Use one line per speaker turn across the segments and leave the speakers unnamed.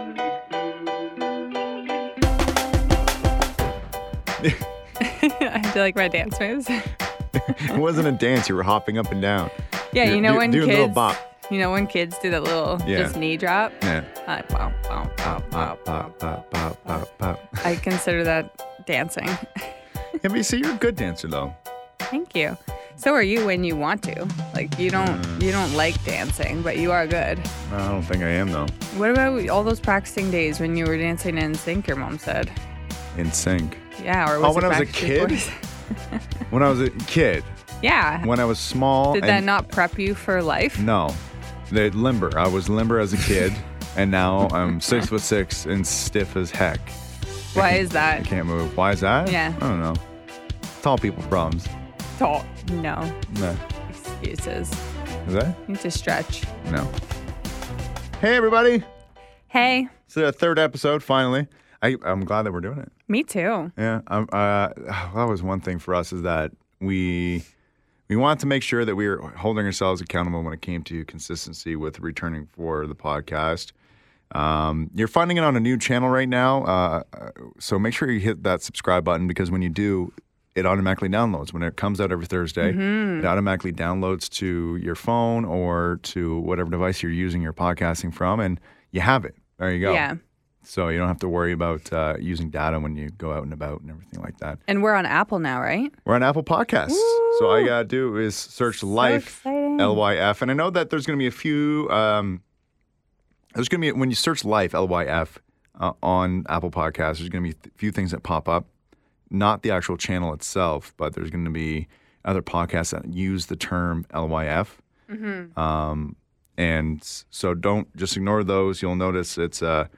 Do you like my dance moves?
it wasn't a dance. You were hopping up and down.
Yeah,
Do-
you know
do-
when
do a
kids
little bop.
You know when kids do that little
Yeah.
just knee drop?
Yeah.
Like, wow, wow, wow, wow,
Pop,
wow.
pop, pop, pop, pop, pop.
I consider that dancing.
Yeah, but you see, you're a good dancer though.
Thank you. So are you when you want to. Like you don't
Mm.
you don't like dancing, but you are good.
I don't think I am though.
What about all those practicing days when you were dancing in sync? Your mom said.
In sync.
Yeah, or
Oh,
was it
when I was a
Backstreet
kid?
Boys?
When I was a kid,
yeah.
when I was small.
Did that
and- Mm.
not prep you for life?
No, they limber. I was limber as a kid, and now I'm six foot six and stiff as heck.
Why is
I
that?
can't move. Why is that?
Yeah.
I don't know. Tall people problems.
Tall. No
No.
excuses.
Is that?
You need to stretch.
No. Hey everybody!
Hey,
It's the third episode finally. I, I'm glad that we're doing it.
me too.
Yeah. Um, uh, that was one thing for us is that we we wanted to make sure that we were holding ourselves accountable when it came to consistency with returning for the podcast. Um, you're finding it on a new channel right now, uh, uh, so make sure you hit that subscribe button because when you do, it automatically downloads. When it comes out every Thursday, it automatically downloads to your phone or to whatever device you're using your podcasting from, and you have it. There you go.
Yeah.
So you don't have to worry about uh, using data when you go out and about and everything like that.
And we're on Apple now, right?
We're on Apple Podcasts. So all you gotta do is search Life
exciting.
L Y F, and I know that there's gonna be a few. Um, there's gonna be when you search Life L Y F uh, on Apple Podcasts, there's gonna be a few things that pop up. Not the actual channel itself, but there's gonna be other podcasts that use the term L Y F. Um, and s- so don't just ignore those. You'll notice it's a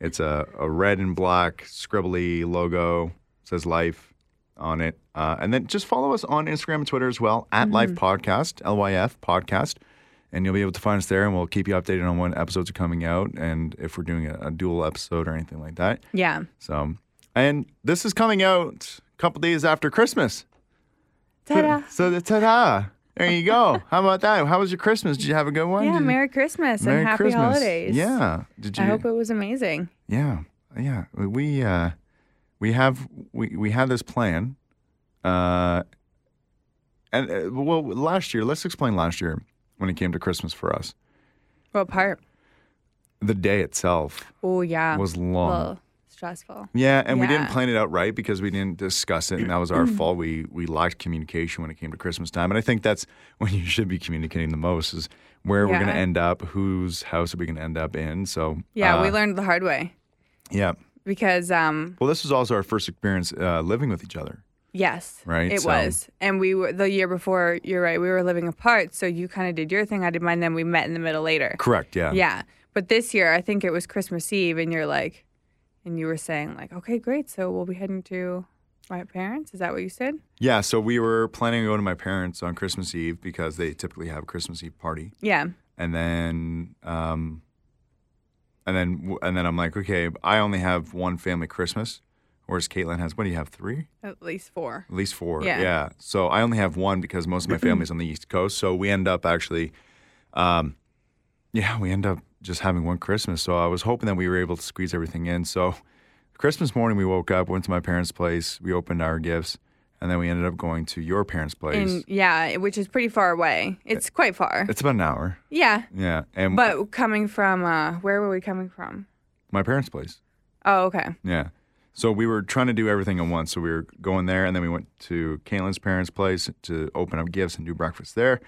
it's a, a red and black scribbly logo says life on it. Uh, and then just follow us on Instagram and Twitter as well at Life
Mm-hmm.
Podcast L Y F Podcast, and you'll be able to find us there. And we'll keep you updated on when episodes are coming out and if we're doing a, a dual episode or anything like that.
Yeah.
So, and this is coming out a couple days after Christmas.
Ta-da.
So the ta-da. There you go. How about that? How was your Christmas? Did you have a good one?
Yeah.
Did you-
Merry Christmas
Merry
and happy
Christmas.
holidays.
Yeah. Did you?
I hope it was amazing.
yeah. Yeah. We uh, we have we we had this plan, uh, and uh, well, last year. Let's explain last year when it came to Christmas for us.
What part?
The day itself
Oh yeah.
was long.
Well, stressful.
Yeah, and we didn't
Yeah. Mm.
plan it out right because we didn't discuss it, and that was our fault. We we lacked communication when it came to Christmas time, and I think that's when you should be communicating the most is where we're going to
Yeah.
end up, whose house are we going to end up in. So
Yeah,
uh,
we learned the hard way
yeah.
because um
Well, this was also our first experience uh, living with each other.
yes,
Right,
it
so-
was. And we were the year before, you're right, we were living apart, so you kind of did your thing, I did mine, then we met in the middle later.
Correct. Yeah.
Yeah. But this year, I think it was Christmas Eve, and you're like, and you were saying, like, okay, great. So we'll be heading to my parents. Is that what you said?
Yeah. So we were planning to go to my parents on Christmas Eve because they typically have a Christmas Eve party.
Yeah.
and then um and then and then I'm like, okay, I only have one family Christmas, whereas Caitlin has what do you have three?
At least four.
At least four.
Yeah.
So I only have one because most of my family's on the East Coast. So we end up actually, um, yeah, we end up just having one Christmas. So I was hoping that we were able to squeeze everything in. So Christmas morning we woke up, went to my parents' place, we opened our gifts, and then we ended up going to your parents' place.
And yeah, which is pretty far away. It's quite far.
it's about an hour.
Yeah.
Yeah. And
But coming from, uh, where were we coming from?
my parents' place.
Oh, okay.
Yeah. So we were trying to do everything at once. So we were going there, and then we went to Caitlin's parents' place to open up gifts and do breakfast there,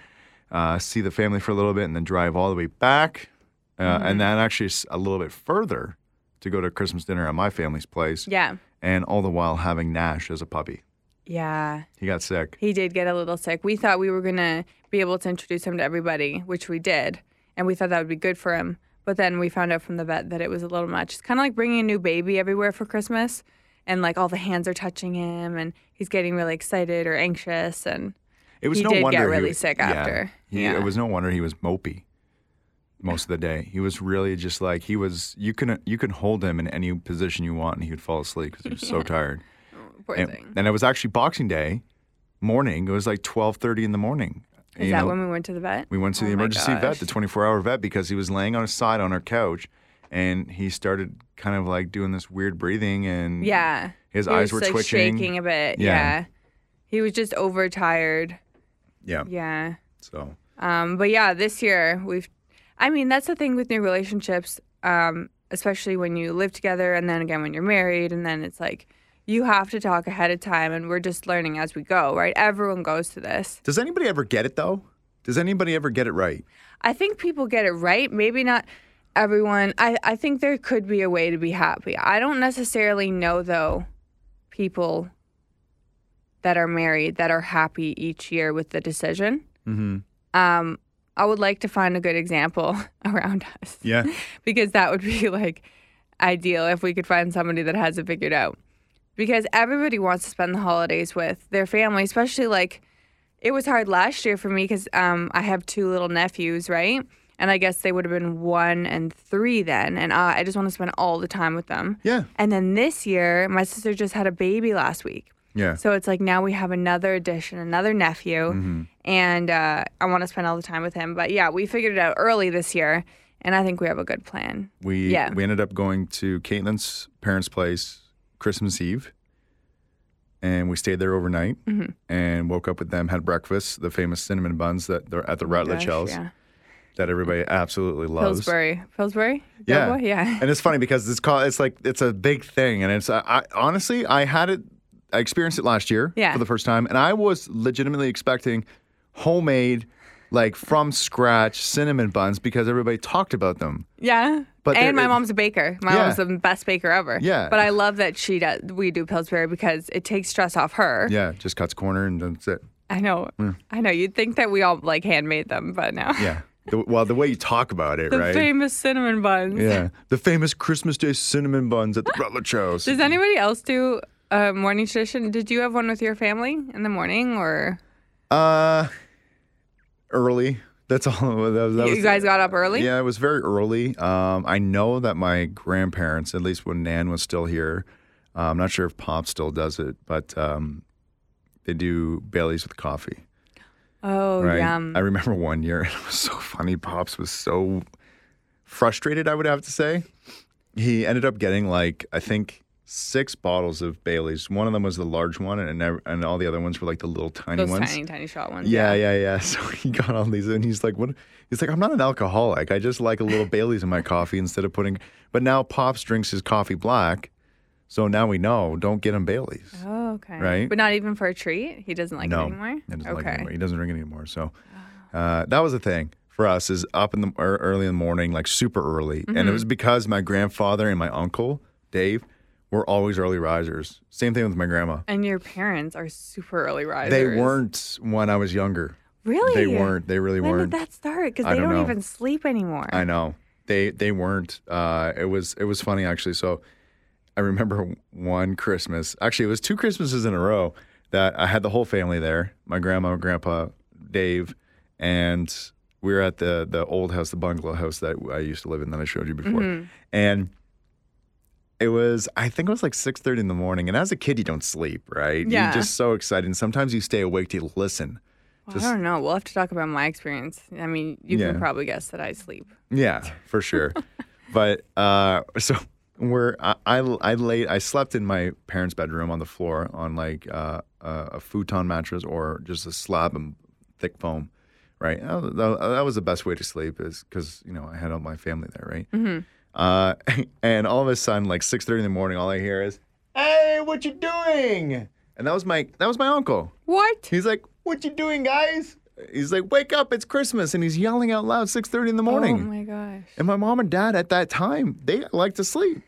uh, see the family for a little bit, and then drive all the way back, uh,
Mm-hmm.
and then actually s- a little bit further to go to Christmas dinner at my family's place,
Yeah.
and all the while having Nash as a puppy.
Yeah.
He got sick.
He did get a little sick. We thought we were going to be able to introduce him to everybody, which we did. And we thought that would be good for him. But then we found out from the vet that it was a little much. It's kind of like bringing a new baby everywhere for Christmas. And like all the hands are touching him and he's getting really excited or anxious. And
It was
He
no
did get
wonder he
really
was,
sick
yeah.
after.
He-
Yeah.
It was no wonder he was mopey most of the day. He was really just like he was. You can you can hold him in any position you want, and he would fall asleep because he was so tired.
poor
and,
thing.
and it was actually Boxing Day morning. It was like twelve thirty in the morning.
Is
You
that
know,
when we went to the vet?
we went to the
Oh my
emergency vet,
gosh.
the twenty four hour vet, because he was laying on his side on our couch, and he started kind of like doing this weird breathing, and
Yeah.
his
He
eyes
was,
were
like,
twitching.
shaking a bit.
Yeah.
Yeah. He was just overtired.
Yeah.
Yeah.
So
Um, but yeah, this year we've, I mean, that's the thing with new relationships, um, especially when you live together and then again when you're married, and then it's like you have to talk ahead of time, and we're just learning as we go, right? Everyone goes to this.
does anybody ever get it though? Does anybody ever get it right?
I think people get it right. Maybe not everyone. I, I think there could be a way to be happy. I don't necessarily know, though, people that are married that are happy each year with the decision.
Mm-hmm.
Um, I would like to find a good example around us
Yeah.
because that would be like ideal if we could find somebody that has it figured out. Because everybody wants to spend the holidays with their family, especially like it was hard last year for me because um, I have two little nephews, right? And I guess they would have been one and three then. And uh, I I just want to spend all the time with them.
Yeah.
And then this year, my sister just had a baby last week.
Yeah.
So it's like now we have another addition, another nephew,
Mm-hmm.
and uh, I want to spend all the time with him. But yeah, we figured it out early this year, and I think we have a good plan.
We
Yeah.
we ended up going to Caitlin's parents' place Christmas Eve, and we stayed there overnight
Mm-hmm.
and woke up with them, had breakfast, the famous cinnamon buns that they're at the Routledge
Oh Gosh,
House
yeah.
that everybody absolutely loves.
Pillsbury, Pillsbury,
Yeah.
Doughboy? yeah.
and it's funny because it's called it's like it's a big thing, and it's I, I honestly I had it I experienced it last year
Yeah.
for the first time, and I was legitimately expecting homemade. Like from scratch cinnamon buns because everybody talked about them.
Yeah.
But there-
and my mom's a baker. My
Yeah.
mom's the best baker ever.
Yeah.
But I love that she does. We do Pillsbury because it takes stress off her.
Yeah, just cuts corner and that's it.
I know. I know. You'd think that we all like handmade them, but no.
Yeah. The, well, the way you talk about it,
The
right?
famous cinnamon buns.
yeah. The famous Christmas Day cinnamon buns at the Rutledge House.
Does anybody else do a morning tradition? Did you have one with your family in the morning, or
Uh, early. That's all. That, was- that was,
you guys got up early?
Yeah, it was very early. Um, I know that my grandparents, at least when Nan was still here, uh, I'm not sure if Pop still does it, but um, they do Bailey's with coffee.
Oh,
Right.
yum.
I remember one year, it was so funny. Pops was so frustrated, I would have to say. He ended up getting like, I think, six bottles of Bailey's. One of them was the large one, and, ev- and all the other ones were like the little tiny
Those
ones.
tiny, tiny shot ones.
Yeah, yeah, yeah. So he got all these, and he's like, "What?" He's like, "I'm not an alcoholic. I just like a little Bailey's in my coffee instead of putting." But now Pops drinks his coffee black, so now we know. Don't get him Bailey's.
Oh, okay.
Right?
But not even for a treat. He doesn't like it anymore.
He doesn't
okay.
like it anymore. He doesn't drink it anymore. So uh, that was the thing for us is up in the ear- early in the morning, like super early,
Mm-hmm.
and it was because my grandfather and my uncle Dave were always early risers. Same thing with my grandma.
And your parents are super early risers.
They weren't when I was younger.
Really?
They weren't. They really
When
weren't.
did that start? Because
I
they
don't
don't,
know.
even sleep anymore.
I know they they weren't. Uh, it was it was funny actually. So I remember one Christmas. Actually, it was two Christmases in a row that I had the whole family there. My grandma, grandpa, Dave, and we were at the the old house, the bungalow house that I used to live in that I showed you
Mm-hmm.
before, and. It was, I think it was like 6.30 in the morning. And as a kid, you don't sleep, right?
Yeah.
You're just so excited. And sometimes you stay awake to listen.
Well, I don't know. We'll have to talk about my experience. I mean, you
Yeah.
can probably guess that I sleep.
Yeah, for sure. but uh, so we're I, I I laid I slept in my parents' bedroom on the floor on like uh, a a futon mattress or just a slab and thick foam, right? That, was- that- that was the best way to sleep is because you know I had all my family there, right? Mm-hmm. Uh, and all of a sudden, like six thirty in the morning, all I hear is, "Hey, what you doing?" And that was my that was my uncle.
What?
He's like, "What you doing, guys?" He's like, "Wake up! It's Christmas!" And he's yelling out loud, six thirty in the morning.
Oh my gosh.
And my mom and dad at that time, they like to sleep.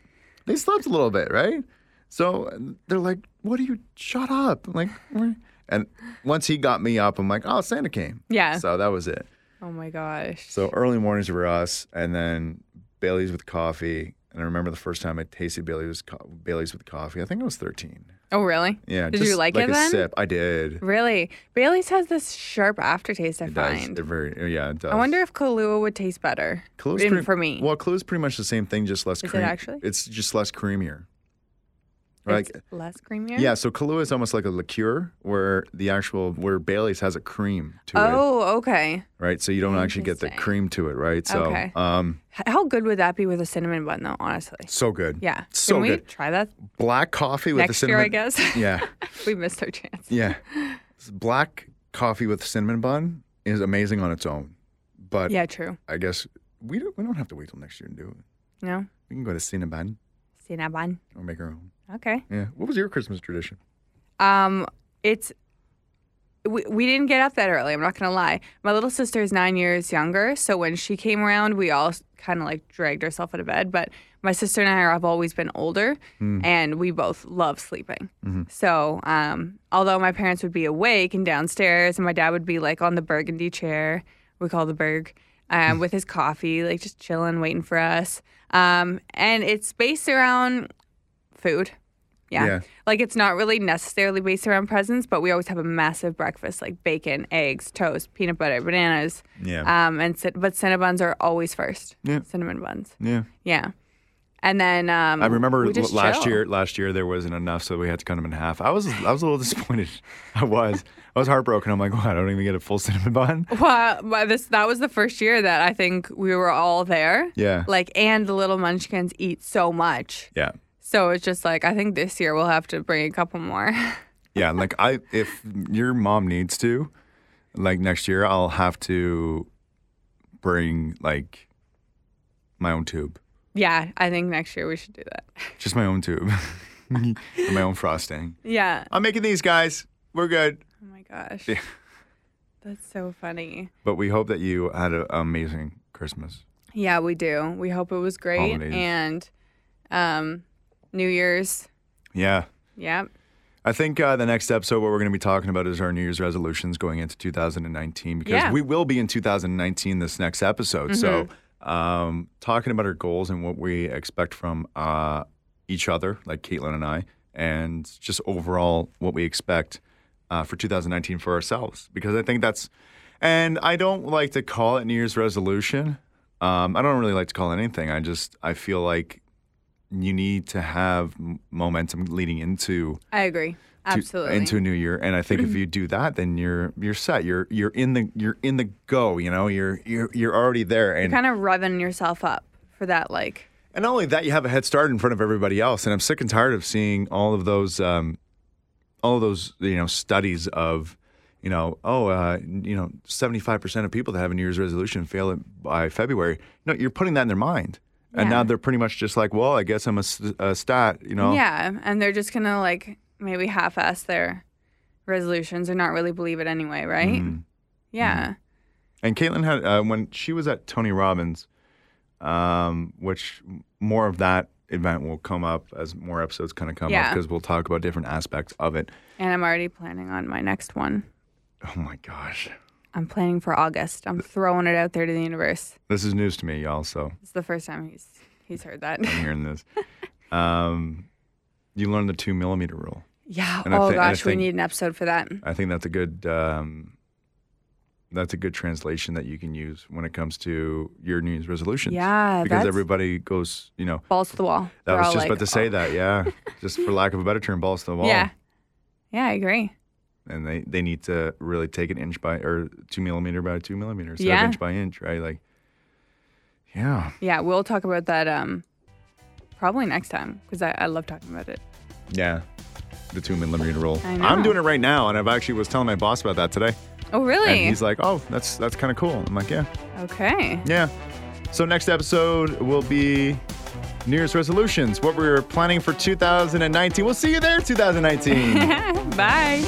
They slept a little bit, right? So they're like, "What are you? Shut up!" I'm like, "We're-" and once he got me up, I'm like, "Oh, Santa came."
Yeah.
So that was it.
Oh my gosh.
So early mornings were us, and then Bailey's with coffee. And I remember the first time I tasted Bailey's co- Bailey's with coffee. I think I was 13.
oh really?
Yeah.
Did
just
you like,
like
it
a
then?
sip? I did.
Really? Bailey's has this sharp aftertaste. I
It does.
find.
It very, yeah, it does.
I wonder if Kahlua would taste better.
Kahlúa's
in-
pretty-
for me.
Well, Kahlúa's pretty much the same thing, just less
Is it
cream.
actually?
It's just less creamier. Like,
It's less creamier.
yeah, so Kahlua is almost like a liqueur, where the actual where Bailey's has a cream to it,
Oh, okay.
right? So you don't actually get the
Interesting.
cream to it, right? So,
Okay.
um,
H- How good would that be with a cinnamon bun, though? Honestly.
so good.
Yeah.
so
Can we
good.
try that
Black coffee with the
next year?
cinnamon.
I guess
Yeah,
we missed our chance.
yeah. S- Black coffee with cinnamon bun is amazing on its own, but
Yeah. True.
I guess we don't we don't have to wait till next year to do it.
No.
We can go to cinnamon
Cinnamon.
or make our own.
Okay.
Yeah. What was your Christmas tradition?
Um, it's we, we didn't get up that early. I'm not gonna lie. My little sister is nine years younger, so when she came around, we all kind of like dragged ourselves out of bed. But my sister and I have always been older,
Mm-hmm.
and we both love sleeping. So, um, although my parents would be awake and downstairs, and my dad would be like on the burgundy chair we call the Berg
Mm-hmm.
um, with his coffee, like just chilling, waiting for us. Um, and it's based around food. Yeah.
Yeah.
Like it's not really necessarily based around presents, but we always have a massive breakfast like bacon, eggs, toast, peanut butter, bananas.
Yeah.
Um, and cin- but cinnamon buns are always first.
Yeah.
Cinnamon buns.
yeah.
Yeah. And then um,
I remember
we
l-
just
last
chill.
year. Last year there wasn't enough, so we had to cut them in half. I was I was a little disappointed. I was I was heartbroken. I'm like, wow, I don't even get a full cinnamon bun.
Well, well, this that was the first year that I think we were all there.
Yeah.
Like, and the little munchkins eat so much.
Yeah,
So it's just like I think this year we'll have to bring a couple more.
yeah. Like I, if your mom needs to, like next year, I'll have to bring like my own tube,
yeah, I think next year we should do that.
just my own tube, and my own frosting.
Yeah.
I'm making these guys. We're good.
Oh my gosh.
Yeah.
That's so funny.
But we hope that you had an amazing Christmas.
Yeah, we do. We hope it was great
Holidays.
and um New Year's.
Yeah.
Yeah.
I think uh, the next episode, what we're going to be talking about is our New Year's resolutions going into 2019 because
Yeah.
we will be in 2019 this next episode. So, um, talking about our goals and what we expect from uh, each other, like Caitlin and I, and just overall what we expect uh, for 2019 for ourselves because I think that's, and I don't like to call it New Year's resolution. Um, I don't really like to call it anything. I just, I feel like you need to have m- momentum leading into
I agree.
to-
Absolutely.
into a new year. And I think if you do that, then you're you're set. You're you're in the you're in the go. You know, you're you're you're already there. And
kind of revving yourself up for that like
and not only that, you have a head start in front of everybody else. And I'm sick and tired of seeing all of those um, all of those you know studies of. You know, oh, uh, you know, seventy-five percent of people that have a New Year's resolution fail it by February. No, you're putting that in their mind, and
Yeah.
now they're pretty much just like, well, I guess I'm a, s- a stat. You know,
Yeah, and they're just gonna like maybe half-ass their resolutions or not really believe it anyway, right?
Mm. Mm-hmm.
Yeah,
And Caitlin had uh, when she was at Tony Robbins, um, which more of that event will come up as more episodes kind of come up
Yeah.
because we'll talk about different aspects of it.
and I'm already planning on my next one.
Oh my gosh,
I'm planning for August. I'm throwing it out there to the universe.
this is news to me, y'all. So
It's the first time he's he's heard that.
I'm hearing this. Um, you learned the two millimeter rule.
yeah.
And I
oh
thi- and I
gosh, we
think-
need an episode for that.
I think that's a good um, that's a good translation that you can use when it comes to your New Year's resolutions.
Yeah,
because
that's-
everybody goes, you know.
Balls to the wall.
That
We're
was
all
just
like,
about to say
"Oh."
that, yeah. just for lack of a better term, balls to the wall.
Yeah. Yeah, I agree.
and they, they need to really take it inch by or two millimeter by two millimeter instead
Yeah.
of inch by inch, right? Like, yeah,
Yeah, we'll talk about that um probably next time because I, I love talking about it.
yeah, the two millimeter rule.
I know.
I'm doing it right now, and I've actually was telling my boss about that today,
Oh really?
and he's like, "Oh, that's that's kind of cool." I'm like, "Yeah,
okay.
yeah." So next episode will be New Year's resolutions, what we're planning for 2019. We'll see you there, 2019.
Bye.